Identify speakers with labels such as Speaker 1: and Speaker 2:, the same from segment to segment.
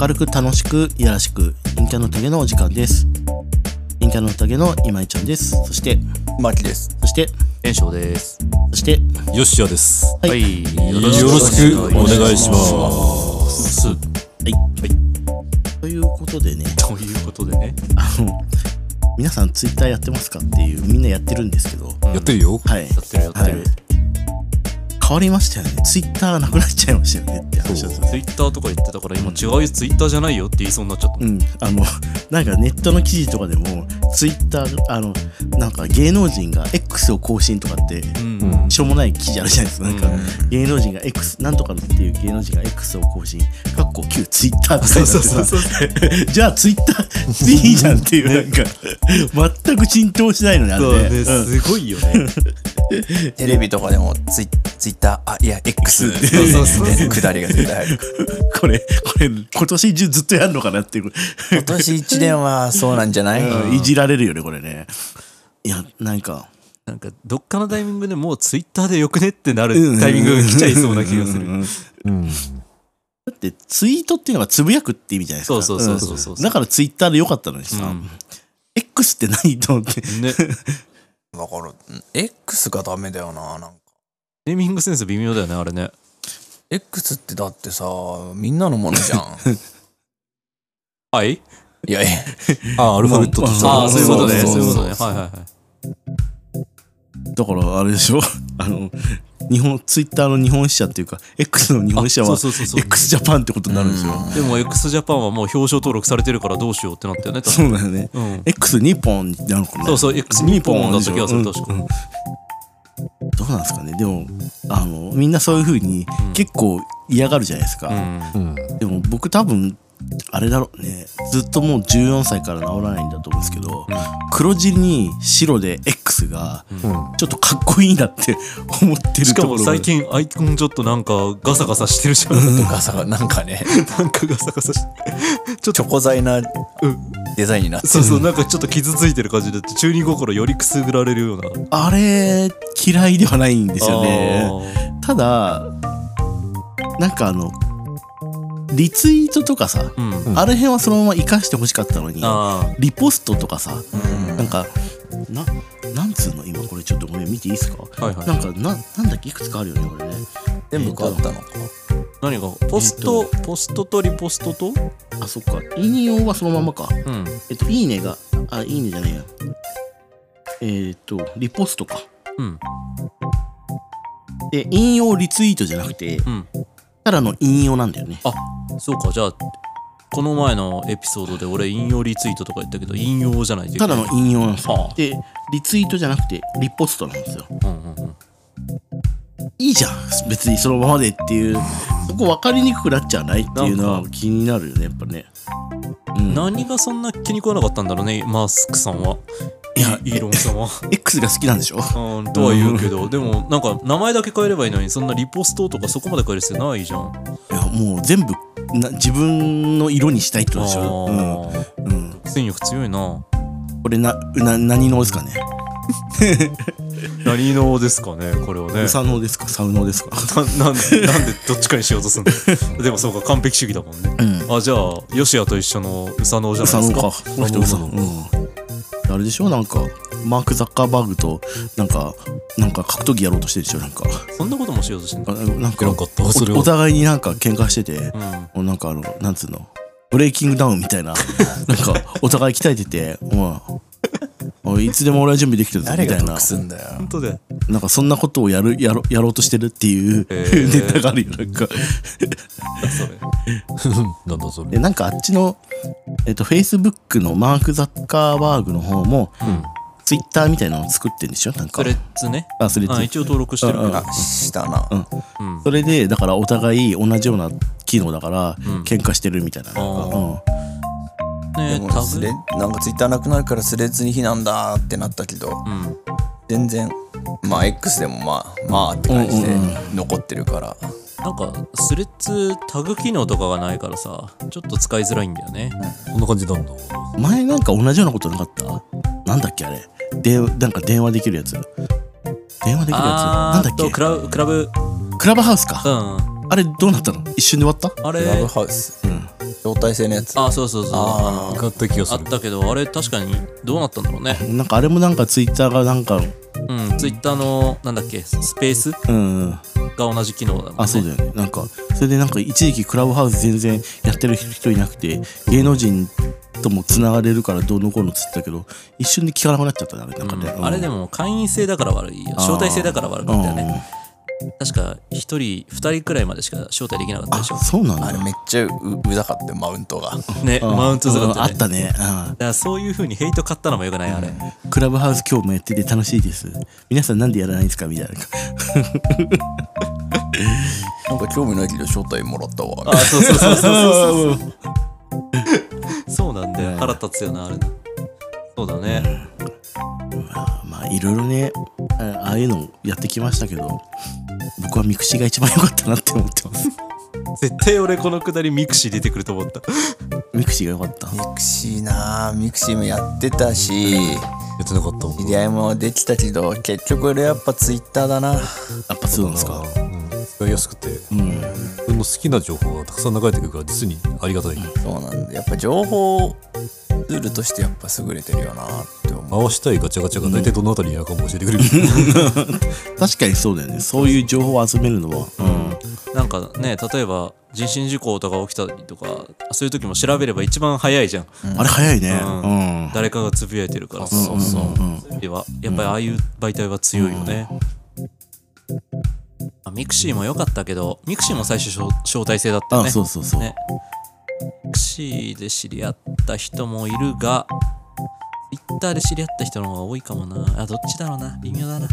Speaker 1: 明るく楽しくいやらしく陰キャの宴のお時間です陰キャの宴の今井ちゃんですそして
Speaker 2: マキです。
Speaker 1: そして
Speaker 3: 炎章です。
Speaker 1: そして
Speaker 4: よっしやです。
Speaker 1: はい
Speaker 3: い。
Speaker 4: よろしくお願いします。
Speaker 1: はい、ということでね
Speaker 4: ということでね。
Speaker 1: あの皆さんツイッターやってますかっていうみんなやってるんですけど
Speaker 3: ん
Speaker 4: やってるよ。
Speaker 1: はい
Speaker 3: やってるやってる。
Speaker 1: 変わりましたよねツイッターがなくなっちゃいましたよねって話だったんです
Speaker 3: ツイッターとか言ってたから今違うよ、ツイッターじゃないよって言いそうになっちゃった。
Speaker 1: うん、あの なんかネットの記事とかでもツイッターあのなんか芸能人が X を更新とかって
Speaker 3: うん
Speaker 4: うん
Speaker 1: しょうもない記事あるじゃないですか。なんか、
Speaker 3: う
Speaker 1: 芸能人が X、なんとかっていう芸能人が X を更新、かっこ旧ツイッターって書いてあってさ
Speaker 4: そう
Speaker 1: じゃあツイッターでいいじゃんっていう、なんか、全く浸透しないのね、あ
Speaker 3: そう
Speaker 1: れ
Speaker 3: ね、
Speaker 1: ね。うん
Speaker 3: すごいよね。
Speaker 2: テレビとかでもツイツイッター、あ、いや、X って
Speaker 3: そうそうそう
Speaker 2: ねくだりが絶対入る。
Speaker 1: これ、これ、今年中ずっとやるのか なっていう、
Speaker 2: 今年1年はそうなんじゃない
Speaker 1: うん いじられるよね、これね。いや、なんか、
Speaker 3: なんか、どっかのタイミングでもうツイッターでよくねってなるタイミングが来ちゃいそうな気がする。
Speaker 4: うん。
Speaker 1: だってツイートっていうのがつぶやくって意味じゃないですか。
Speaker 3: そうそうそうそうそうん
Speaker 1: だからツイッターでよかったのにさ、
Speaker 3: うん
Speaker 1: X って何と思って。
Speaker 3: ね、
Speaker 2: だから、うん X がダメだよな、なんか。
Speaker 3: ネーミングセンス微妙だよね、あれね。
Speaker 2: X ってだってさ、みんなのものじゃん。
Speaker 3: はい
Speaker 2: いやいや、
Speaker 4: あ、アルファベットと
Speaker 1: そう
Speaker 3: ああ、そういうことね。
Speaker 2: そう
Speaker 3: そうい
Speaker 2: そ
Speaker 3: う
Speaker 2: う
Speaker 3: こ
Speaker 2: そ
Speaker 3: と
Speaker 2: う
Speaker 3: ね。はいはいはい。
Speaker 1: だからあれでしょ あの日本ツイッターの日本支社っていうか X の日本支社
Speaker 3: そ
Speaker 1: は
Speaker 3: うそうそうそう。
Speaker 1: X ジャパンってことになるんですよ
Speaker 3: でも X ジャパンはもう表彰登録されてるからどうしようってなったよね、多分
Speaker 1: そうだよね、
Speaker 3: うん
Speaker 1: X 日本になるのかな
Speaker 3: そうそう、X2 本だった気がする、確か。
Speaker 1: うんうんどうなんですかねでもあのみんなそういうふうに結構嫌がるじゃないですか、
Speaker 4: うん。
Speaker 1: でも僕多分あれだろうねずっともう14歳から治らないんだと思うんですけど、黒地に白で X がちょっとかっこいいなって 思ってる
Speaker 3: し
Speaker 1: と
Speaker 3: か
Speaker 1: ころ
Speaker 3: も最近アイコンちょっとなんかガサガサしてるじゃん。
Speaker 2: ガサがなんかね、
Speaker 3: なんかガサガサして。
Speaker 2: チョコ材なデザインになって
Speaker 3: そうそう、なんかちょっと傷ついてる感じで、中二心よりくすぐられるような。で
Speaker 1: あれ嫌いではないんですよね。ただなんかあのリツイートとかさ、
Speaker 3: うん。
Speaker 1: あれ辺はそのまま生かしてほしかったのに
Speaker 3: あ
Speaker 1: リポストとかさ、
Speaker 2: うん
Speaker 1: なんかななんつうの今これちょっとごめん見ていいですか、
Speaker 3: あ。はいはい。
Speaker 1: なんかななんだっけいくつかあるよねこれね
Speaker 2: 全部変わったのか。
Speaker 3: 何がポスト、ポストとリポストと
Speaker 1: あそっか引用はそのままか
Speaker 3: うん。
Speaker 1: えっといいねがあいいねじゃないやえーっとリポストか
Speaker 3: うん。
Speaker 1: で引用リツイートじゃなくて
Speaker 3: うん。
Speaker 1: ただの引用なんだよね
Speaker 3: そうか、じゃあ、この前のエピソードで俺引用リツイートとか言ったけど、引用じゃないといけ
Speaker 1: た
Speaker 3: な
Speaker 1: だ
Speaker 3: い
Speaker 1: の引用なんですよ
Speaker 3: はあ
Speaker 1: でリツイートじゃなくてリポストなんですよ
Speaker 3: うんうんうん。
Speaker 1: いいじゃん別にそのままでっていうそこ分かりにくくなっちゃわないっていうの
Speaker 3: なん
Speaker 1: は気になるよねやっぱねうん
Speaker 3: 何がそんな気に食わなかったんだろうね、マスクさんは。
Speaker 1: いや
Speaker 3: イーロンさんは。
Speaker 1: X が好きなんでしょ
Speaker 3: うん、とは言うけど、でもなんか名前だけ変えればいいのに、そんなリポストとかそこまで変える必要ないじゃん。
Speaker 1: いやもう全部な自分の色にしたいってことでしょ、うん
Speaker 3: あ
Speaker 1: う
Speaker 3: ー
Speaker 1: ん、
Speaker 3: 戦力強いな。
Speaker 1: これなな何能ですかね
Speaker 3: 何のですかね、これはね。
Speaker 1: サ能ですかサウ能ですか
Speaker 3: ななんでなんでどっちかにしようとするのでもそうか完璧主義だもんね、あじゃあヨシアと一緒の宇佐野じゃな
Speaker 1: サ
Speaker 3: いで
Speaker 1: 能
Speaker 3: す
Speaker 1: か
Speaker 3: か
Speaker 1: この人サ能
Speaker 3: う
Speaker 1: うんあれでしょなんかマーク・ザッカーバーグとなんかなんか格闘技やろうとしてるでしょなんか
Speaker 3: そんなこともしようとしてん
Speaker 1: あ
Speaker 3: だ、
Speaker 1: なんか
Speaker 4: 知らんかった
Speaker 1: お
Speaker 4: それは
Speaker 1: お互いになんか喧嘩してて、
Speaker 3: うん、あ
Speaker 1: もうなんかあの、なんつうの、ブレイキングダウンみたいな、なんかお互い鍛えてて、お前おいいつでも俺は準備できてるぞ
Speaker 2: 誰
Speaker 1: みた
Speaker 2: が
Speaker 1: いな
Speaker 2: 得、すんだよ。
Speaker 3: 当で
Speaker 1: なんかそんなことをやるやろやろうとしてるっていう、
Speaker 3: えー
Speaker 1: ネタがあるよ、なんか。
Speaker 3: それ
Speaker 4: なんだそれ。
Speaker 1: で、なんかあっちの、えっと、Facebook のマーク・ザッカーバーグの方も、Twitter みたいなのを作ってんでしょなんか
Speaker 3: スレ。ッズね
Speaker 1: あ、それ
Speaker 3: あ一応登録してるけど、
Speaker 1: うんうん
Speaker 2: あ、したな。
Speaker 3: うん
Speaker 1: それで、だからお互い同じような機能だから、喧嘩してるみたいな。なんか
Speaker 3: あ
Speaker 1: うん
Speaker 2: で
Speaker 3: ね
Speaker 2: も
Speaker 3: タ
Speaker 2: ス
Speaker 3: ブ
Speaker 2: レなんかツイッターなくなるからスレッズに避難だーってなったけど、
Speaker 3: ん
Speaker 2: 全然まあ X でもまあまあって感じで残ってるから、
Speaker 3: なんかスレッズタグ機能とかがないからさちょっと使いづらいんだよね、
Speaker 4: こんな感じなんだ。
Speaker 1: 前なんか同じようなことなかったなんだっけあれでなんか電話できるやつ電話できるやつな
Speaker 3: あ
Speaker 1: んだっ
Speaker 3: ーと
Speaker 1: け
Speaker 3: クラブクラブ
Speaker 1: クラブハウスか
Speaker 3: うん
Speaker 1: あれどうなったの一瞬で終わった
Speaker 3: あ
Speaker 2: ラブ
Speaker 3: れ
Speaker 2: ハウス、動体性のやつ
Speaker 3: あそうそうそうあ
Speaker 2: あ
Speaker 3: の
Speaker 2: ー
Speaker 3: あった気がする
Speaker 1: なんかあれもなんかツイッターがなんか
Speaker 3: うんツイッターのなんだっけスペースが
Speaker 1: うんうん
Speaker 3: 同じ機能だもんね
Speaker 1: あそうだよねなんかそれでなんか一時期クラブハウス全然やってる人いなくて芸能人ともつながれるからどうのこうのっつったけど一瞬で聞かなくなっちゃったねあれなんかね、
Speaker 3: うんあれで
Speaker 1: も
Speaker 3: も会員制だから悪いよ
Speaker 1: ー
Speaker 3: 招待制だから悪かったよね
Speaker 1: あ
Speaker 3: 確か1人2人くらいまでしか招待できなかったでしょ
Speaker 1: そうなん
Speaker 2: あ
Speaker 1: だ
Speaker 2: れめっちゃううざかったよマウントが
Speaker 3: ね
Speaker 1: うん
Speaker 3: マウント
Speaker 1: う
Speaker 3: が
Speaker 1: んあ
Speaker 3: あった
Speaker 1: っ
Speaker 3: ね
Speaker 1: たね、
Speaker 3: だからそういう風にヘイト買ったのもよくないあれ
Speaker 1: うん、クラブハウス今日もやってて楽しいです皆さんなんでやらないんですかみたいな
Speaker 2: なんか興味ないけど招待もらったわ
Speaker 3: あそうそうそ うそうそう
Speaker 1: う
Speaker 3: そうそうなんだよ腹立つよなあれそうだね
Speaker 1: まあいろいろねあああいうのやってきましたけど僕はミクシーが一番良かったなって思ってます
Speaker 5: 絶対俺このくだりミクシー出てくると思った。
Speaker 1: ミクシーが良か った
Speaker 2: ミクシーなあミクシーもやってたし
Speaker 3: やってなかったもん
Speaker 2: 知り合いもできたけど結局俺やっぱツイッターだな
Speaker 1: やっぱそうなんですか
Speaker 3: 使いやすくて
Speaker 1: うん
Speaker 3: 自分の好きな情報がたくさん流れてくるから実にありがたい
Speaker 2: そうなんだやっぱ情報ツールとしてやっぱ優れてるよなって思う
Speaker 3: 回したいガチャガチャが大体どのあたりにあるかも教えてくれる
Speaker 1: 確かにそうだよねそういう情報を集めるのは、
Speaker 3: なんかね例えば人身事故とか起きたりとかそういう時も調べれば一番早いじゃん
Speaker 1: あれ早いね
Speaker 3: うん
Speaker 1: うん、
Speaker 3: 誰かがつぶやいてるからそうそうそういう意味ではやっぱりああいう媒体は強いよね、あミクシーも良かったけどミクシーも最初招招待制だったよ
Speaker 1: あ
Speaker 3: ね
Speaker 1: そうそうそう、
Speaker 3: ねミクシーで知り合った人もいるが Twitter で知り合った人の方が多いかもなあどっちだろうな微妙だな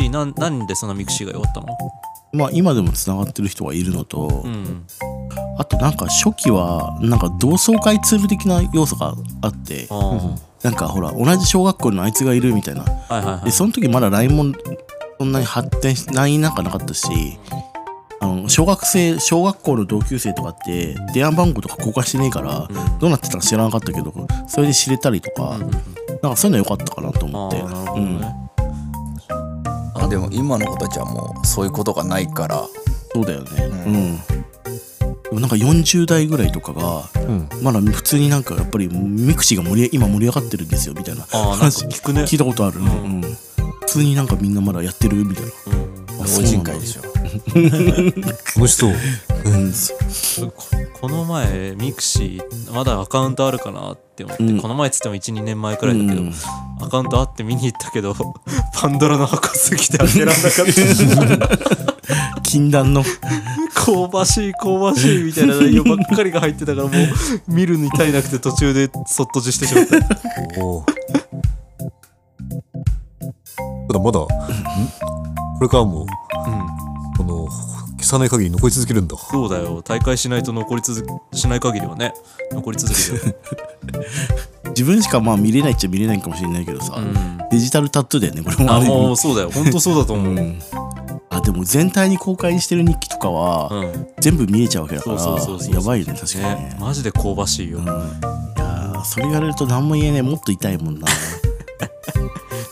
Speaker 3: えなんなんでそんなミクシーが良かったの
Speaker 1: まあ今でもつながってる人がいるのと、
Speaker 3: うん
Speaker 1: あとなんか初期はなんか同窓会ツール的な要素があって
Speaker 3: あー
Speaker 1: なんかほら同じ小学校のあいつがいるみたいな
Speaker 3: はいはいは
Speaker 1: で
Speaker 3: い
Speaker 1: その時まだ LINE もそんなに発展しないなんかなかったしあの小学生小学校の同級生とかって電話番号とか交換してねえから、どうなってたか知らなかったけどそれで知れたりとか、なんかそういうの良かったかなと
Speaker 3: あ
Speaker 1: 思って
Speaker 3: ーなるほど
Speaker 1: うん、
Speaker 3: ね、
Speaker 2: あでも今の子たちはもうそういうことがないから
Speaker 1: そうだよねうん、でもなんか40代ぐらいとかが、まだ普通になんかやっぱりミクシーが盛り今盛り上がってるんですよみたいな
Speaker 3: あーなんか聞くね
Speaker 1: 聞いたことある、うん普通になんかみんなまだやってるみたいな
Speaker 2: 老人会でしょ
Speaker 3: 楽しそう
Speaker 1: うん
Speaker 3: ここの前ミクシーまだアカウントあるかなって思って、
Speaker 1: うん
Speaker 3: この前っつっても12年前くらいだけど、
Speaker 1: うん
Speaker 3: アカウントあって見に行ったけど パンドラの箱すぎて開けらんなかっ
Speaker 1: 禁断の
Speaker 3: た香ばしい香ばしいみたいな内容ばっかりが入ってたからもう見るに足りなくて途中でそっとじしてしまった
Speaker 6: ただまだ、んこれからも、この、消さない限り残り続けるんだ。
Speaker 3: そうだよ大会しないと残り続けしない限りはね残り続けてる
Speaker 1: 自分しかまあ見れないっちゃ見れないかもしれないけどさ、デジタルタトゥーだよねこれも
Speaker 3: あ
Speaker 1: ある意味
Speaker 3: もうそうだよほんとそうだと 思う、うん
Speaker 1: あでも全体に公開してる日記とかは、全部見えちゃうわけだから
Speaker 3: そうそうそうそう
Speaker 1: やばいよね確かにね
Speaker 3: ねマジで香ばしいよ、
Speaker 1: いやーそれ言われると何も言えねえもっと痛いもんな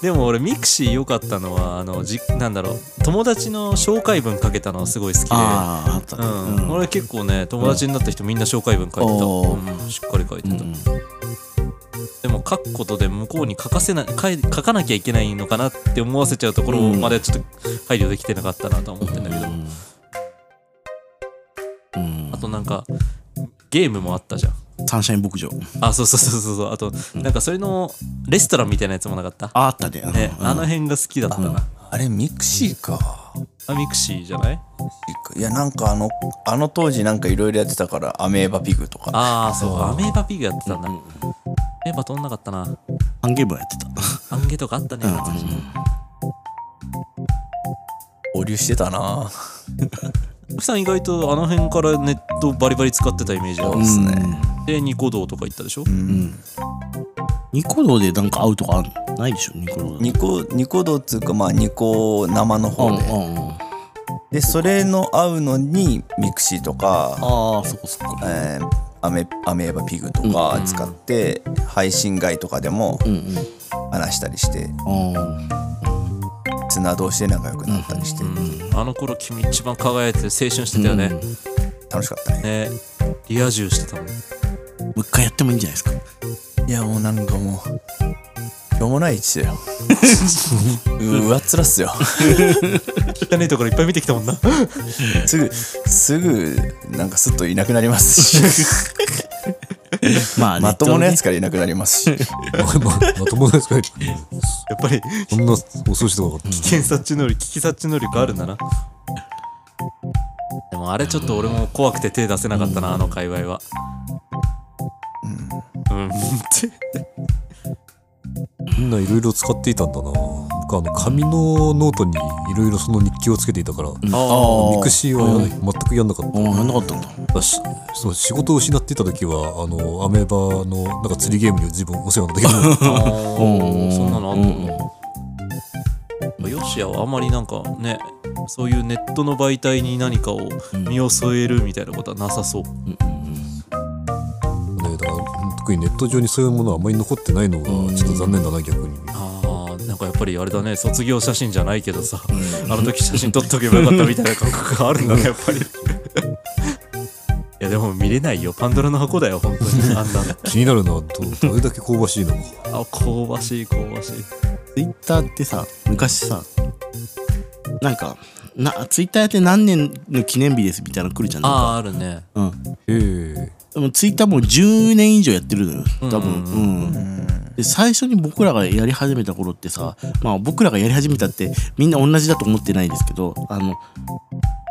Speaker 3: でも俺ミクシー良かったのはあのじなんだろう友達の紹介文書けたのはすごい好きで
Speaker 1: あーあった
Speaker 3: う
Speaker 1: ね、
Speaker 3: ん
Speaker 1: うん
Speaker 3: 俺結構ね友達になった人みんな紹介文書いてた、
Speaker 1: お
Speaker 3: うんしっかり書いてた、でも書くことで向こうに書かせない書い書かなきゃいけないのかなって思わせちゃうところまでちょっと配慮できてなかったなとは思ってんだけど、あとなんかゲームもあったじゃん
Speaker 1: サンシャイン牧場
Speaker 3: あそうそうそうそうそうあとなんかそれのレストランみたいなやつもなかった、
Speaker 1: ああったね
Speaker 3: ね、
Speaker 1: うん
Speaker 3: あの辺が好きだったな、
Speaker 2: あれミクシーか
Speaker 3: あミクシーじゃない
Speaker 2: いやなんかあのあの当時なんかいろいろやってたからアメーバピグとか
Speaker 3: ああそうアメーバピグやってたんだ、アメーバ飛んなかったな
Speaker 1: ハンゲームはやってた
Speaker 3: アンゲとかあったね、懐かしい
Speaker 2: 交流してたな
Speaker 3: 奥さん意外とあの辺からネットバリバリ使ってたイメージあ
Speaker 2: そ
Speaker 3: る
Speaker 2: うですね
Speaker 3: でニコ動とか行ったでしょ、
Speaker 1: ニコ動でなんか会うとかあんのないでしょニコ動だと
Speaker 2: ニコニコ動っつうかまあニコ生の
Speaker 1: うん
Speaker 2: 方で
Speaker 1: うんうん
Speaker 2: でそれの合うのにミクシーとか、
Speaker 1: ああそこそこ
Speaker 2: えーアメアメーバピグとか使って配信外とかでも
Speaker 1: うんうん
Speaker 2: 話したりして
Speaker 1: ああ
Speaker 2: 綱同士で仲良くなったりして、
Speaker 3: あの頃君一番輝いて青春してたよね、
Speaker 2: 楽しかったね
Speaker 3: ねリア充してたもん
Speaker 1: もう一回やってもいいんじゃないですか
Speaker 2: いやもうなんかもうしょうもない位置だようわっつらっすよ
Speaker 5: 汚いところいっぱい見てきたもんな
Speaker 2: すぐすぐなんかすっといなくなりますし
Speaker 1: まあ
Speaker 2: まともなやつ
Speaker 1: か
Speaker 2: からいなくなりますし
Speaker 6: ままともですか
Speaker 5: やっぱり
Speaker 6: そんな恐ろしいとこなかっ
Speaker 5: 検察知能力聞き察知能力あるなら
Speaker 3: でもあれちょっと俺も怖くて手出せなかったな、あの界隈はうん、って
Speaker 6: たみんないろいろ使っていたんだな僕あの紙のノートにいろいろその日記をつけていたから、ミクシーはやらない全くやんなかった
Speaker 1: おおやんなかったんだ
Speaker 6: だしその仕事を失っていた時はあのアメーバのなんか釣りゲームに自分お世話になったけど
Speaker 3: あーそんなのあった
Speaker 1: うん
Speaker 3: だヨシヤはあまりなんかねそういうネットの媒体に何かを身を添えるみたいなことはなさそう、
Speaker 6: ねだから特にネット上にそういうものはあんまり残ってないのがちょっと残念だな逆に
Speaker 3: あーなんかやっぱりあれだね卒業写真じゃないけどさ、あの時写真撮っとけばよかったみたいな感覚があるんだねやっぱりいやでも見れないよパンドラの箱だよ本当 にあんなの
Speaker 6: 気になるのはどどれだけ香ばしいのか
Speaker 3: あ香ばしい香ばしい
Speaker 1: ツイッターってさ昔さなんかなツイッターやって何年の記念日ですみたいなの来るじゃんない
Speaker 3: あああるね
Speaker 1: うん
Speaker 6: ええ
Speaker 1: でもツイッターもう10年以上やってるのよ多分うん、で最初に僕らがやり始めた頃ってさまあ僕らがやり始めたってみんな同じだと思ってないですけどあの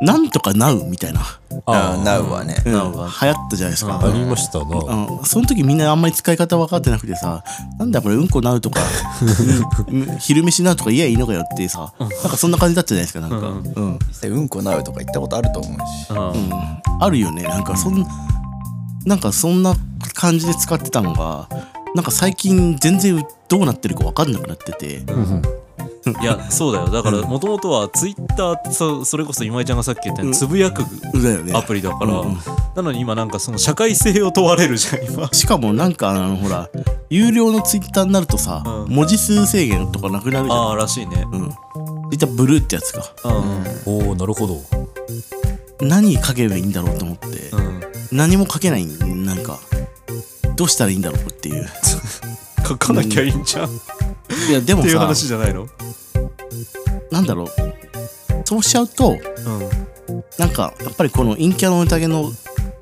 Speaker 1: なんとかなうみたいな、
Speaker 2: ああなうはね
Speaker 1: うん、流行ったじゃないですか、
Speaker 6: ありましたな、
Speaker 1: うん、その時みんなあんまり使い方分かってなくてさなんだこれうんこなうとか、うん昼飯なうとか言えばいいのかよってさなんかそんな感じだったじゃないですかなんか、うん
Speaker 2: でうんこなうとか言ったことあると思うし
Speaker 3: うん
Speaker 1: あるよねなんかそんなんかそんな感じで使ってたのがなんか最近全然どうなってるか分かんなくなってて
Speaker 3: いやそうだよだからもともとはツイッターってそそれこそ今井ちゃんがさっき言ったようにつぶやく
Speaker 1: だよね
Speaker 3: アプリだから、
Speaker 1: うんうん
Speaker 3: なのに今なんかその社会性を問われるじゃん今
Speaker 1: しかもなんかあのほら有料のツイッターになるとさ、
Speaker 3: うん
Speaker 1: 文字数制限とかなくなるじゃん
Speaker 3: ああらしいね
Speaker 1: うんツイッターブルーってやつか
Speaker 3: うん
Speaker 6: おおなるほど
Speaker 1: 何書けばいいんだろうと思って、
Speaker 3: うん
Speaker 1: 何も書けないなんかどうしたらいいんだろうって いう
Speaker 5: 書かなきゃいいんじゃんっ
Speaker 1: いやでも
Speaker 5: ていう
Speaker 1: さ
Speaker 5: 話じゃないの
Speaker 1: なんだろうそうしちゃうと
Speaker 3: うん
Speaker 1: なんかやっぱりこの陰キャの宴の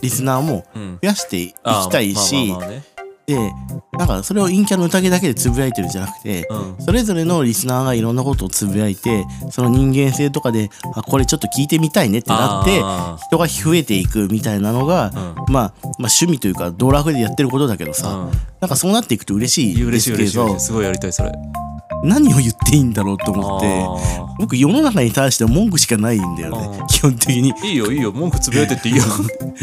Speaker 1: リスナーも
Speaker 3: うん
Speaker 1: 増やしていき
Speaker 3: あー
Speaker 1: たいし
Speaker 3: まあまあまあね
Speaker 1: でなんかそれを陰キャの宴だけでつぶやいてるんじゃなくて
Speaker 3: うん
Speaker 1: それぞれのリスナーがいろんなことをつぶやいてその人間性とかであこれちょっと聞いてみたいねってなって
Speaker 3: あ
Speaker 1: 人が増えていくみたいなのが、まあ、まあ趣味というか道楽でやってることだけどさ、
Speaker 3: うん
Speaker 1: なんかそうなっていくと嬉し
Speaker 3: ー
Speaker 1: いで
Speaker 3: 嬉し
Speaker 1: す
Speaker 3: い
Speaker 1: け
Speaker 3: 嬉しい
Speaker 1: ど
Speaker 3: 嬉しいすごいやりたいそれ
Speaker 1: 何を言っていいんだろうと思って
Speaker 3: あ
Speaker 1: 僕世の中に対して文句しかないんだよね
Speaker 3: あー
Speaker 1: 基本的に
Speaker 3: ーいいよいいよ文句つぶやいてっていいよ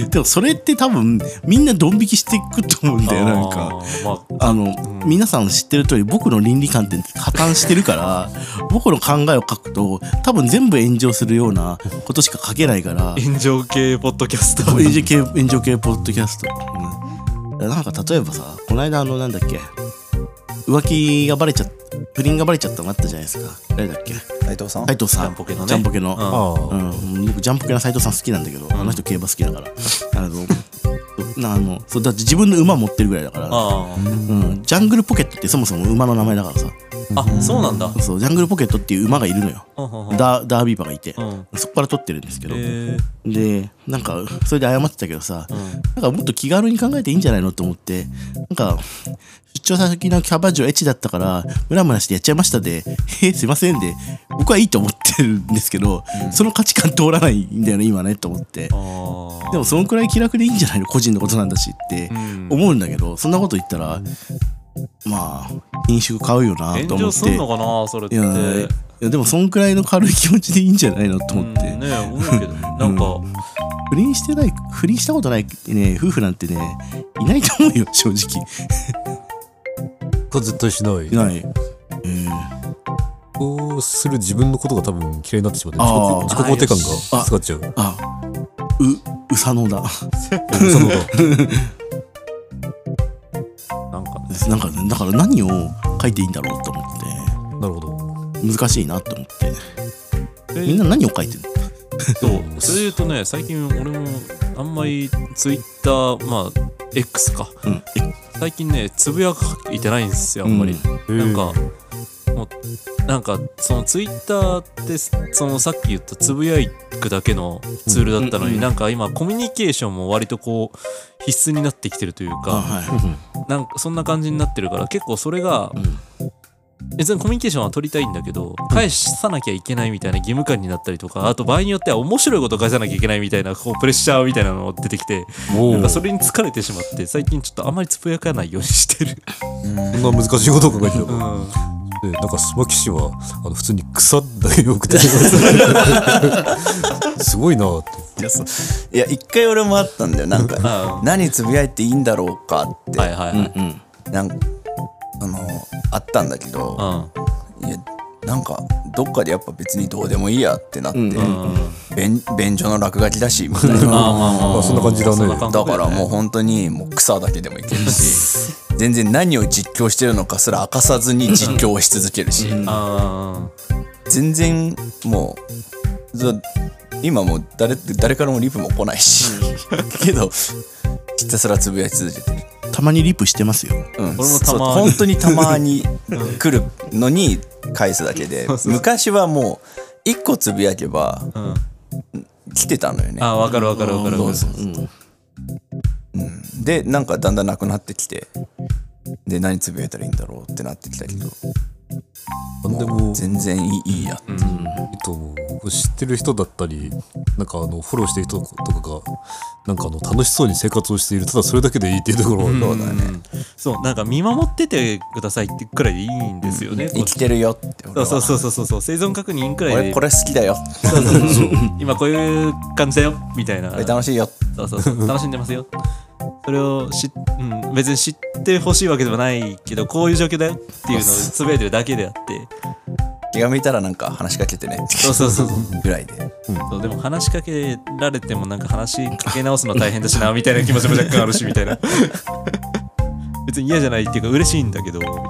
Speaker 1: でもそれって多分みんなドン引きしていくと思うんだよなん
Speaker 3: あ
Speaker 1: か。
Speaker 3: ーま
Speaker 1: あの、皆さん知ってる通り僕の倫理観って破綻してるから 僕の考えを書くと多分全部炎上するようなことしか書けないから
Speaker 5: あ炎上系ポッドキャスター
Speaker 1: 炎上系炎上系ポッドキャスト、うんなんか例えばさこの間あのなんだっけ浮気がバレちゃっ不倫がバレちゃったのあったじゃないですか誰だっけ
Speaker 2: 斉藤さん
Speaker 1: 斉藤さん
Speaker 3: ジャンポケのね
Speaker 1: ジャンポケの
Speaker 3: あ
Speaker 6: ああ、
Speaker 1: うん、僕ジャンポケの斉藤さん好きなんだけど、あの人競馬好きだからあの なあのそうだって自分の馬持ってるぐらいだから
Speaker 3: あー
Speaker 1: うん、ジャングルポケットってそもそも馬の名前だからさ
Speaker 3: あそうなんだ
Speaker 1: そうジャングルポケットっていう馬がいるのよ
Speaker 3: うんうんうん
Speaker 1: ダーダービー馬がいて、
Speaker 3: ん
Speaker 1: そこから取ってるんですけど、
Speaker 3: えー
Speaker 1: でなんかそれで謝ってたけどさ、なんかもっと気軽に考えていいんじゃないのと思ってなんか出張先のキャバ嬢エッチだったからムラムラしてやっちゃいましたで「えー、すいません」で僕はいいと思ってるんですけど、その価値観通らないんだよね今ねと思って
Speaker 3: あー
Speaker 1: でもそのくらい気楽でいいんじゃないの個人のことなんだしって思うんだけど、そんなこと言ったらまあ飲酒買うよなと
Speaker 3: 炎
Speaker 1: 思
Speaker 3: 上
Speaker 1: っ
Speaker 3: すん
Speaker 1: て
Speaker 3: のかなそれっ
Speaker 1: い
Speaker 3: て
Speaker 1: やいやでもそんくらいの軽い気持ちでいいんじゃないのと思って、
Speaker 3: うんね思うけどなんか
Speaker 1: 不倫してない不倫したことない、ね、夫婦なんてねいないと思うよ正直
Speaker 6: 僕は絶対しない
Speaker 1: いない
Speaker 6: そうする自分のことが多分嫌いになってしまって
Speaker 1: あー
Speaker 6: 自己自己肯定感が下がっちゃう
Speaker 1: あううさのだ
Speaker 6: その方が
Speaker 3: なんか
Speaker 1: なんかねだから何を書いていいんだろうと思って
Speaker 6: なるほど
Speaker 1: 難しいなと思って
Speaker 3: え
Speaker 1: みんな何を書いてる
Speaker 3: そうそれで言うとね最近俺もあんまりツイッターまあ X か
Speaker 1: うん、
Speaker 3: 最近ねつぶやいてないんですよあんまり、なんかもうなんかそのツイッターってそのさっき言ったつぶやくだけのツールだったの
Speaker 1: う
Speaker 3: に、
Speaker 1: んうん
Speaker 3: なんか今コミュニケーションも割とこう必須になってきてるという
Speaker 1: あ
Speaker 3: か、
Speaker 1: はい
Speaker 3: なんかそんな感じになってるから結構それが、
Speaker 1: ん
Speaker 3: 別にコミュニケーションは取りたいんだけど返さなきゃいけないみたいな義務感になったりとかあと場合によっては面白いこと返さなきゃいけないみたいなこうプレッシャーみたいなのが出てきてなんかそれに疲れてしまって最近ちょっとあまりつぶやかないようにしてる。
Speaker 6: そんな難しいことを考えてた
Speaker 3: う
Speaker 6: か
Speaker 3: ん
Speaker 6: らでなんかスマキシはあの普通に草だけ 送ってきてくれたすごいなぁって
Speaker 2: いやそういや一回俺もあったんだよなんか何つぶやいていいんだろうかって、
Speaker 3: はいはいはい。うん
Speaker 1: うん
Speaker 2: なんかあのあったんだけど、いやなんかどっかでやっぱ別にどうでもいいやってなって、便便所の落書きだしみたいな
Speaker 6: まあそんな感じだね
Speaker 3: そんな感
Speaker 2: だからもう本当にもう草だけでもいけるし全然何を実況してるのかすら明かさずに実況をし続けるし、
Speaker 3: あ
Speaker 2: 全然もうず今もう誰誰からもリプも来ないしけどひたすらつぶやき続けてる。
Speaker 1: たまにリプしてますよ
Speaker 2: うん、
Speaker 3: 俺もたま
Speaker 2: そう
Speaker 3: に
Speaker 2: 本当にたまに来るのに返すだけで昔はもう1個つぶやけば
Speaker 3: ーうん
Speaker 2: 来てたのよね
Speaker 3: あー、わかるわかるわかるわかる。
Speaker 2: でなんかだんだんなくなってきてで何つぶやいたらいいんだろうってなってきたけど
Speaker 6: 何で
Speaker 2: も
Speaker 6: も
Speaker 2: う全然いいいいやって、
Speaker 6: えっと、知ってる人だったり、なんかあの、フォローしてる人とかが、なんかあの、楽しそうに生活をしている、ただそれだけでいいっていうところは、
Speaker 2: そうだね
Speaker 3: そう、なんか見守っててくださいってくらいでいいんですよね。
Speaker 2: 生きてるよって俺
Speaker 3: そう
Speaker 2: は
Speaker 3: そうそうそうそう、生存確認くらい
Speaker 2: 俺
Speaker 3: で
Speaker 2: こ、れ好きだよ
Speaker 3: そうそうそう今こういう感じだよ、みたいな。
Speaker 2: これ楽しいよ
Speaker 3: そうそう そう楽しんでますよ。それをし、うん、別に知ってほしいわけでもないけど、こういう状況だよっていうのをつぶやいてるだけであって、
Speaker 2: 気が向いたらなんか話しかけてねって
Speaker 3: そうそうそうそう。
Speaker 2: ぐらいで
Speaker 3: そうでも話しかけられてもなんか話しかけ直すの大変だしなみたいな気持ちも若干あるしみたいな別に嫌じゃないっていうか嬉しいんだけどみたいな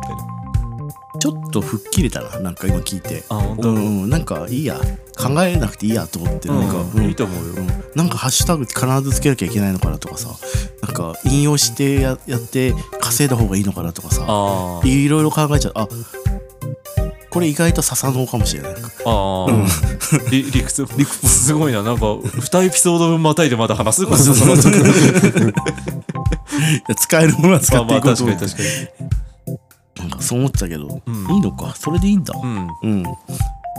Speaker 1: ちょっと吹っ切れたななんか今聞いて
Speaker 3: あ本
Speaker 1: う
Speaker 3: 当
Speaker 1: んうんなんかいいや考えなくていいやと思ってなんか、
Speaker 3: うんいいと思うよ
Speaker 1: んなんかハッシュタグって必ずつけなきゃいけないのかなとかさなんか引用してややって稼いだ方がいいのかなとかさ
Speaker 3: あー
Speaker 1: いろいろ考えちゃうあこれ意外と笹のかもしれない なんか
Speaker 3: あー り理屈理屈すごいななんか2エピソード分またいでまだ話すことその時
Speaker 1: いや使えるものは使
Speaker 3: まあ
Speaker 1: って
Speaker 3: ま
Speaker 1: い
Speaker 3: あ
Speaker 1: こうと
Speaker 3: 確
Speaker 1: 思
Speaker 3: か
Speaker 1: っ
Speaker 3: に
Speaker 1: て
Speaker 3: 確かに
Speaker 1: なんかそう思ってたけど、
Speaker 3: うん
Speaker 1: いいのかそれでいいんだ
Speaker 3: うん
Speaker 1: うん、そ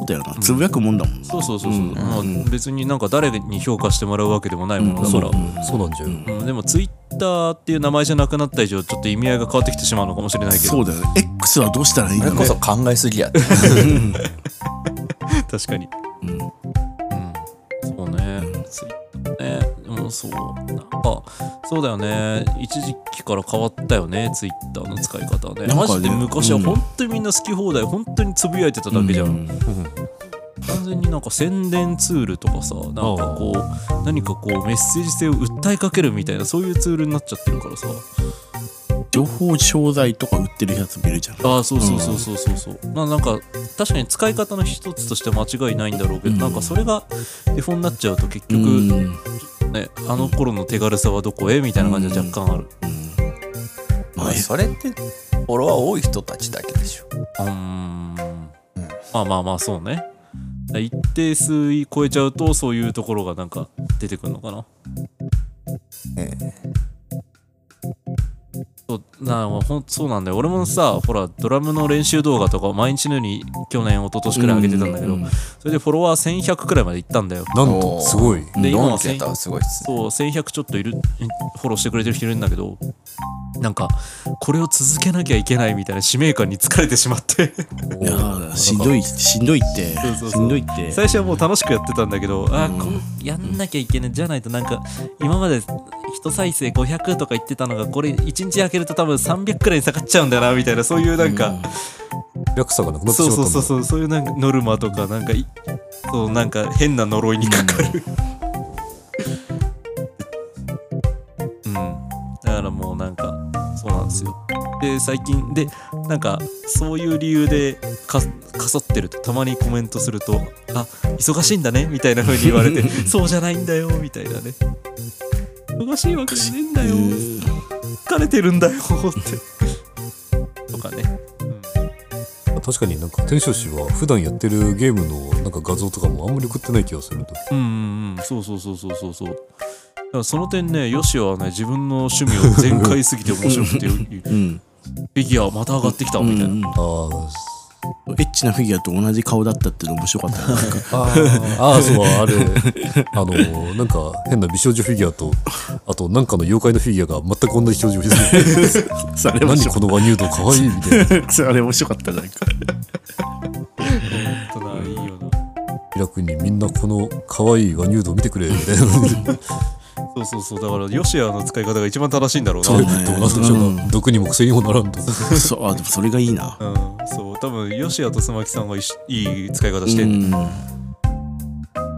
Speaker 1: うだよなつぶやくもんだもんな、
Speaker 3: そうそうそうそう、
Speaker 1: うん
Speaker 3: まあ、別になんか誰に評価してもらうわけでもないものだ
Speaker 6: そ
Speaker 3: か
Speaker 6: う
Speaker 3: ら、
Speaker 6: そうなんじゃよ。
Speaker 3: うんでもツイッターっていう名前じゃなくなった以上ちょっと意味合いが変わってきてしまうのかもしれないけど
Speaker 1: そうだよね X はどうしたらいいん
Speaker 2: こ
Speaker 1: だ
Speaker 2: れ
Speaker 1: ろう
Speaker 2: こそ考えすぎやって
Speaker 3: 確かに。
Speaker 1: うん
Speaker 3: うん。そうね。ツイッターね。でもそう。なんか、そうだよね。一時期から変わったよね。ツイッターの使い方ね。
Speaker 1: なんかね
Speaker 3: マジで昔は
Speaker 1: うん
Speaker 3: 本当にみんな好き放題、本当につぶやいてただけじゃん。
Speaker 1: うん
Speaker 3: 完全になんか宣伝ツールとかさ、なんかこう、何かこうメッセージ性を訴えかけるみたいな、そういうツールになっちゃってるからさ。
Speaker 1: 情報商材とか売ってるやつ見るじゃん
Speaker 3: ああそうそうそうそうそうそう、まあなんか確かに使い方の一つとして間違いないんだろうけど、
Speaker 1: うん
Speaker 3: なんかそれがデフォになっちゃうと結
Speaker 1: う
Speaker 3: 局、
Speaker 1: ん
Speaker 3: ね、あの頃の手軽さはどこへみたいな感じは若干ある。
Speaker 1: まあえ
Speaker 2: それってフォロワー多い人たちだけでしょ
Speaker 3: うーん。まあまあまあ、そうね。一定数超えちゃうと、そういうところがなんか出てくるのかな。
Speaker 2: ええ
Speaker 3: そうなほんそうなんだよ。俺もさ、ほら、ドラムの練習動画とか、毎日のように去年、一昨年くらい上げてたんだけど、それでフォロワー1100くらいまで行ったんだよ。
Speaker 6: なん
Speaker 2: お
Speaker 6: と、
Speaker 2: ー
Speaker 6: すごい。
Speaker 3: で、
Speaker 2: ど
Speaker 3: 今は
Speaker 2: の桁
Speaker 3: 1000
Speaker 2: はすごいっすね
Speaker 3: そう1100ちょっといるフォローしてくれてる人いるんだけどなんかこれを続けなきゃいけないみたいな使命感に疲れてしまって
Speaker 1: いやーしんどいしんどいって
Speaker 3: そうそうそう
Speaker 1: しんどいって
Speaker 3: 最初はもう楽しくやってたんだけど、あーこうやんなきゃいけないじゃないとなんか今まで人再生500とか言ってたのがこれ1日開けると多分300くらいに下がっちゃうんだなみたいなそういうなんか、
Speaker 6: 落差がなくなってし
Speaker 3: そ
Speaker 6: ま
Speaker 3: う
Speaker 6: った
Speaker 3: そ
Speaker 6: ん
Speaker 3: うそうそう
Speaker 6: だ
Speaker 3: そういうなんかノルマとかなんかいそうなんか変な呪いにかかるうんだからもうなんかそうなんですよで最近でなんかそういう理由でかかそってるとたまにコメントする と「あ忙しいんだね」みたいな風に言われて「そうじゃないんだよ」みたいなね
Speaker 7: 忙しいわけじゃねえんだよ疲れてるんだよってとかね
Speaker 6: まあ確かになんか天正氏は普段やってるゲームのなんか画像とかもあんまり送ってない気がすると
Speaker 7: うんうんうんそうそうそうそうそうそうだからその点ねヨシはね自分の趣味を全開すぎて面白くてフ
Speaker 1: うん
Speaker 7: ィギュアまた上がってきたみたいな、
Speaker 6: あー
Speaker 1: エッチなフィギュアと同じ顔だったっていうの面白かったななんか
Speaker 6: ああそうあれあのなんか変な美少女フィギュアとあとなんかの妖怪のフィギュアが全く同じ表情してる
Speaker 1: それ面
Speaker 6: 何
Speaker 1: 白
Speaker 6: この和乳道かわいいみたいな
Speaker 1: かったそれ面白かったなんか
Speaker 7: ただいいよな
Speaker 6: 気楽にみんなこのかわいい和乳道見てくれみたいな
Speaker 7: そうそうそう
Speaker 3: だからヨシアの使い方が一番正しいんだろうな
Speaker 6: どうなんでしょうか毒にも癖にもならんと
Speaker 1: そうあでもそれがいいな
Speaker 3: うん、そう多分ヨシアとスマキさんがいしいい使い方して
Speaker 1: う
Speaker 3: る、
Speaker 1: ん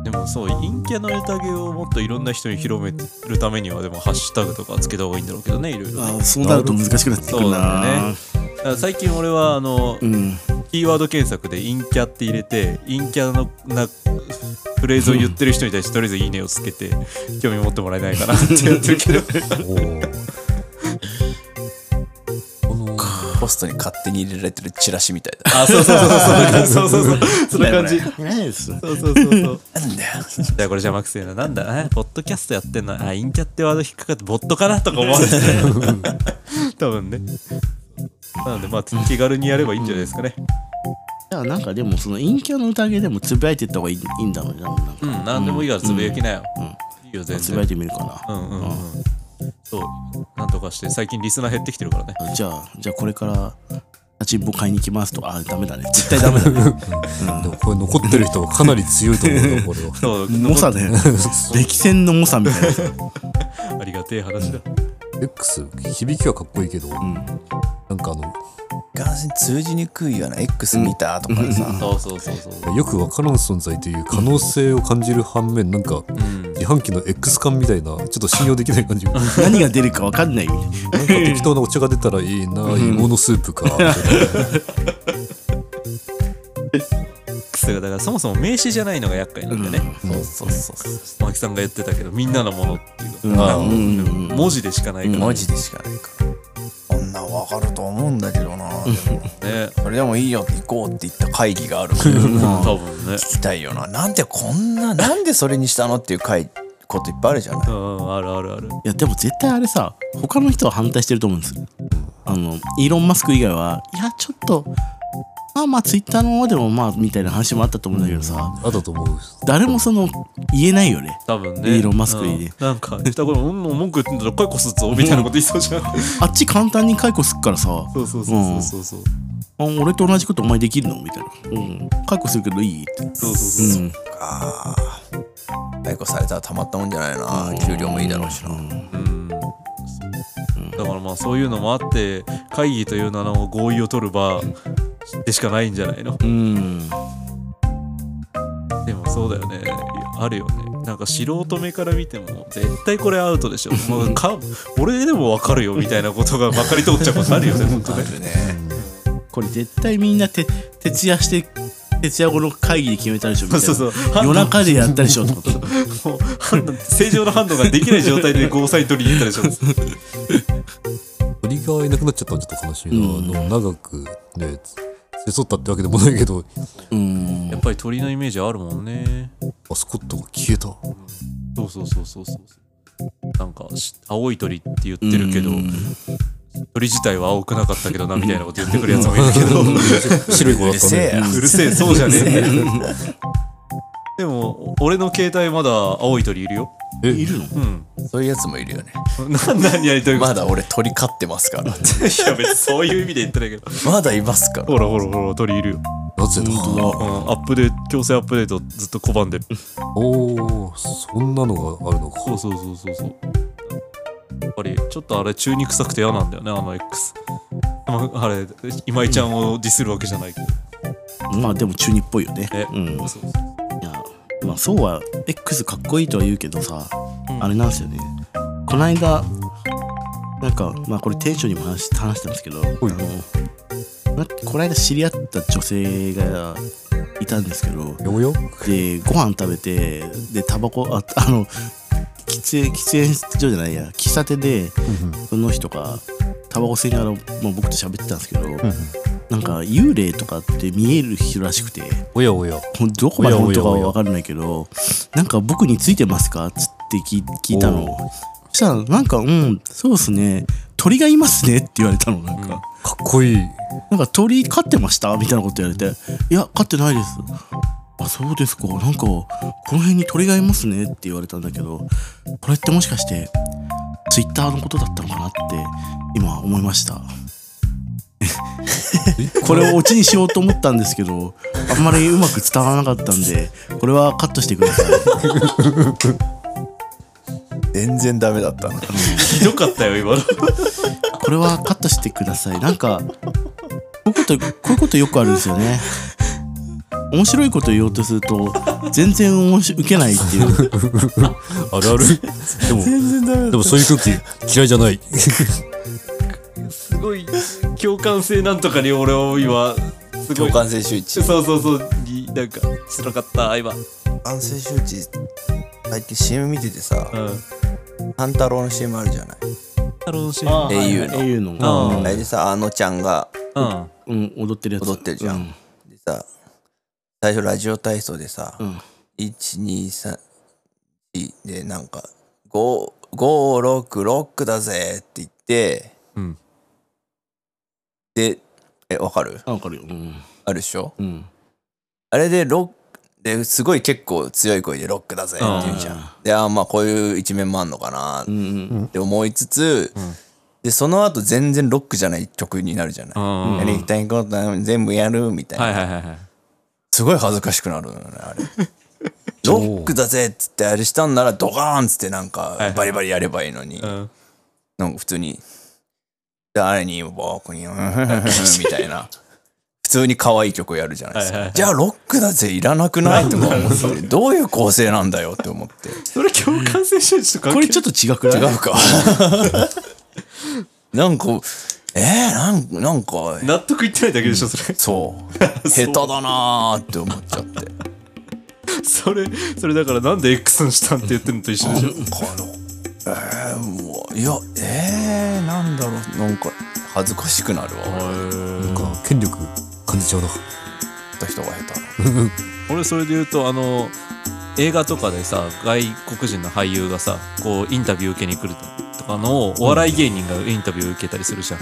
Speaker 3: でもそう陰キャのネタゲをもっといろんな人に広めるためにはでもハッシュタグとかつけた方がいいんだろうけどねいろいろね
Speaker 1: あそうなると難しくなってくる
Speaker 3: そうなんだよ
Speaker 1: な
Speaker 3: ねだから最近俺はあの、
Speaker 1: うん
Speaker 3: キーワード検索で陰キャって入れて陰キャのなフレーズを言ってる人に対してとりあえず「いいね」をつけて興味持ってもらえないかなってやってるけど
Speaker 6: おーこの
Speaker 2: ポストに勝手に入れられてるチラシみたいだ
Speaker 3: あそうそうそうそうそう そうそうそうそんな感じ
Speaker 1: ないです
Speaker 3: そうそうそうそう
Speaker 2: なんだよ
Speaker 3: だからこれ邪魔くせえななんだえポッドキャストやってんのあ陰キャってワード引っかかってボットかなとか思 われて多分ねなのでまあ気軽にやればいいんじゃないですかね
Speaker 1: いやなんかでもその陰キャの宴でもつぶやいてった方がいいいいんだろうねなんか
Speaker 3: うん何でもいいからつぶやきなよ、いいよ全
Speaker 1: つぶやい
Speaker 3: 然
Speaker 1: てみるか
Speaker 3: うんうんうんそうなんとかして最近リスナー減ってきてるからね
Speaker 1: なじゃあじゃあこれから立ちんぼ買いに行きますとかあダメだね絶対ダメだね
Speaker 6: でもこれ残ってる人はかなり強いと思うよこれは
Speaker 3: そう
Speaker 1: 猛者だよね歴戦の猛者みたいなさ
Speaker 3: ありがてえ話だ。
Speaker 6: X 響きはかっこいいけど、なんかあの
Speaker 2: ガンスに通じにくいような X 見たとかさ、
Speaker 3: そうそうそうそう。
Speaker 6: よくわからん存在という可能性を感じる反面なんか自販機の X 感みたいなちょっと信用できない感じがなんか
Speaker 1: 何が出るか分かんないみたいな
Speaker 6: 適当なお茶が出たらいいな芋のスープかみたいな
Speaker 3: X がだからそもそも名詞じゃないのが厄介なんでね。そうそうそうそう。マキさんが言ってたけどみんなのものっていうのは
Speaker 2: うん
Speaker 3: なんか文字でしかないから
Speaker 2: 文字でしかないからこんなんわかると思うんだけどなでも
Speaker 3: ね。
Speaker 2: それでもいいよ行こうって言った会議があるから
Speaker 3: 多分ね。
Speaker 2: 聞きたいよななんでこんななんでそれにしたのっていう会こといっぱいあるじゃない
Speaker 3: うんあるあるある。
Speaker 1: いやでも絶対あれさ他の人は反対してると思うんですよあのイーロン・マスク以外はいやちょっとまあまあツイッターの方でもまあみたいな話もあったと思うんだけどさ
Speaker 6: あだと思う
Speaker 1: 誰もその言えないよね
Speaker 3: 多分ね。
Speaker 1: イーロンマスクにね
Speaker 3: うんなんか、だからうん文句言ってんだから声こすっぞみたいなこと言いそうじゃん。
Speaker 1: あっち簡単に解雇すっからさ
Speaker 3: そうそうそうそうそう。
Speaker 1: あ俺と同じことお前できるのみたいな、うん、解雇するけどいいって
Speaker 3: そうそうそう。
Speaker 1: ん
Speaker 2: あー解雇されたらたまったもんじゃないな給料もいいだろうしな
Speaker 3: うんだからまあそういうのもあって会議という名の合意を取る場でしかないんじゃないの
Speaker 1: うん
Speaker 3: でもそうだよねあるよねなんか素人目から見ても絶対これアウトでしょもうか俺でもわかるよみたいなことがまかり通っちゃうことあるよね本当ね
Speaker 2: るね
Speaker 1: これ絶対みんなて徹夜して徹夜後の会議で決めたでしょみたいな
Speaker 3: そうそうそう
Speaker 1: 夜中でやったでしょってこと
Speaker 3: もう判断正常な判断ができない状態でゴーサイン取りに行ったでしょ
Speaker 6: 鳥がいなくなっちゃったのちょっと悲しいな、あの長くねせそったってわけでもないけど
Speaker 1: うん
Speaker 3: やっぱり鳥のイメージあるもんね
Speaker 6: マスコットが消えた
Speaker 3: そうそうそうそうそうなんかし青い鳥って言ってるけど
Speaker 1: うん
Speaker 3: 鳥自体は青くなかったけどなみたいなこと言ってくるやつもいるけど
Speaker 6: 白い子
Speaker 2: う
Speaker 6: だっ
Speaker 2: る
Speaker 6: た
Speaker 2: せえ
Speaker 6: ね
Speaker 2: や
Speaker 3: うるせえそうじゃねえんだよでも俺の携帯まだ青い鳥いるよ
Speaker 6: え
Speaker 1: いるの
Speaker 3: うん
Speaker 2: そういうやつもいるよね
Speaker 3: 何何やりたい
Speaker 2: まだ俺鳥飼ってますから
Speaker 3: いや別にそういう意味で言ってないけど
Speaker 2: まだいますから
Speaker 3: ほらほらほら鳥いるよ、
Speaker 6: なぜだ
Speaker 3: うん、アップデート強制アップデートずっと拒んでる
Speaker 6: おーそんなのがあるのか
Speaker 3: そうそうそうそうそうやっぱりちょっとあれ中に臭くて嫌なんだよねあの X まああれ今井ちゃんをディスるわけじゃないけど
Speaker 1: まあでも中二っぽいよね
Speaker 3: え
Speaker 1: うんい
Speaker 3: そうそう
Speaker 1: やまあそうは X かっこいいとは言うけどさ、あれなんですよねこないだなんかまあこれ店長にも話し話したんですけど、あのなこないだ知り合った女性がいたんですけど
Speaker 6: よもよ
Speaker 1: でご飯食べてでタバコああのき喫煙喫煙所じゃないや喫茶店でその人がタバコ吸いながら、まあ、僕と喋ってたんですけど、なんか幽霊とかって見える人らしくて
Speaker 6: おやおや。
Speaker 1: ほんどこまで本当かは分からないけどなんか僕についてますかつって聞い聞いたのそしたらなんかうんそうですね鳥がいますねって言われたのなんか。
Speaker 6: かっこいい。
Speaker 1: なんか鳥飼ってましたみたいなこと言われて「いや飼ってないです」「あそうですかなんかこの辺に鳥がいますね」って言われたんだけどこれってもしかしてツイッターのことだったのかなって今思いました これをオチにしようと思ったんですけどあんまりうまく伝わらなかったんでこれはカットしてください
Speaker 2: 全然ダメだったな
Speaker 5: ひどかったよ今の
Speaker 1: これはカットしてくださいなんかこういうことこういうことよくあるんですよね面白いこと言おうとすると全然面白受けないっていう
Speaker 6: あるある。 でも、でもそういう空気嫌いじゃない。
Speaker 5: すごい共感性なんとかに俺は今すご
Speaker 2: 共
Speaker 5: い
Speaker 2: 感性周知
Speaker 5: そうそうそうになんかつらかった今
Speaker 2: 共感性周知最近 CM 見ててさ
Speaker 5: うん
Speaker 2: 半太郎の CM あるじゃない
Speaker 3: 太郎のシーン
Speaker 5: あー
Speaker 2: 英雄の
Speaker 1: 英雄の
Speaker 5: あ
Speaker 2: あれでさあのちゃんが
Speaker 5: うん
Speaker 1: うん、踊ってるやつ
Speaker 2: 踊ってるじゃん
Speaker 1: うん
Speaker 2: でさ最初ラジオ体操でさ、
Speaker 1: うん
Speaker 2: 123でなんか566だぜって言って、
Speaker 3: うん
Speaker 2: でえわかる
Speaker 1: あわかるようん、
Speaker 2: あるでしょ
Speaker 1: うん、
Speaker 2: あれでロックですごい結構強い声でロックだぜって言うじゃんであーまあこういう一面もあんのかな
Speaker 1: うんうん
Speaker 2: って思いつつ、でその後全然ロックじゃない曲になるじゃない、
Speaker 3: うん
Speaker 2: やりたいことは全部やるみたいな、
Speaker 3: はいはいはいはい
Speaker 2: すごい恥ずかしくなるのよね あれロックだぜっつってあれしたんならドカーンっつってなんかバリバリやればいいのに、
Speaker 5: ん
Speaker 2: なんか普通に「誰に僕 に」みたいな普通に可愛い曲やるじゃないですか、
Speaker 5: はいはいはい
Speaker 2: じゃあロックだぜいらなくないとか思ってどういう構成なんだよって思って
Speaker 5: それ共感性周知と関
Speaker 1: こ
Speaker 5: 係
Speaker 1: れちょっと違くない
Speaker 2: 違うか なんかえー、なんなんか
Speaker 5: 納得いってないだけでしょそれ
Speaker 2: そう下手だなーって思っちゃって。
Speaker 5: それそれだからなんで X にしたんって言ってるのと一緒でしょ
Speaker 2: このえー、もういやえー、なんだろうなんか恥ずかしくなるわ
Speaker 6: なんか、権力感じちゃうな。
Speaker 2: 会った人が下手
Speaker 3: 俺それで言うとあの映画とかでさ外国人の俳優がさこうインタビュー受けに来るとかのをお笑い芸人がインタビュー受けたりするじゃん、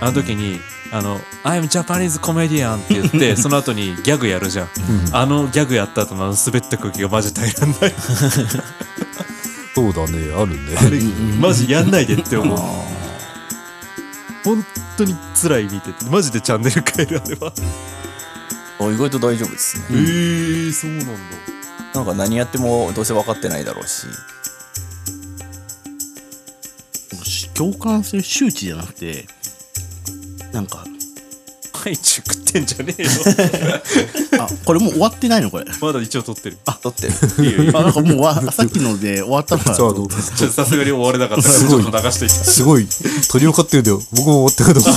Speaker 3: あの時に「あの I'm Japanese comedian」って言って その後にギャグやるじゃん、あのギャグやった後のあの滑った空気がマジ耐えらんない
Speaker 6: そうだね、ある
Speaker 5: あ
Speaker 6: ね。
Speaker 5: れマジやんないでって思う本当に辛い見ててマジでチャンネル変えるあれは
Speaker 2: あ意外と大丈夫ですね
Speaker 5: えー、そう なんだ
Speaker 2: なんか何やってもどうせ分かってないだろうし
Speaker 1: 共感性周知じゃなくてなんか
Speaker 5: 毎日食ってんじゃねえ よ
Speaker 1: あこれもう終わってないのこれ
Speaker 5: まだ一応撮ってるあ
Speaker 2: 撮ってる
Speaker 5: いいよいい
Speaker 1: あ
Speaker 5: よ
Speaker 1: なんかもうわさっきので終わったのかな
Speaker 6: じゃあ、あ
Speaker 1: と
Speaker 6: の、
Speaker 5: ちょっとさすがに終われなかったから
Speaker 6: す
Speaker 5: ち
Speaker 6: ご
Speaker 5: ょ
Speaker 6: い
Speaker 5: っと流しといた
Speaker 6: すごい、鳥を飼ってるんだよ。僕も思ったけど。いや、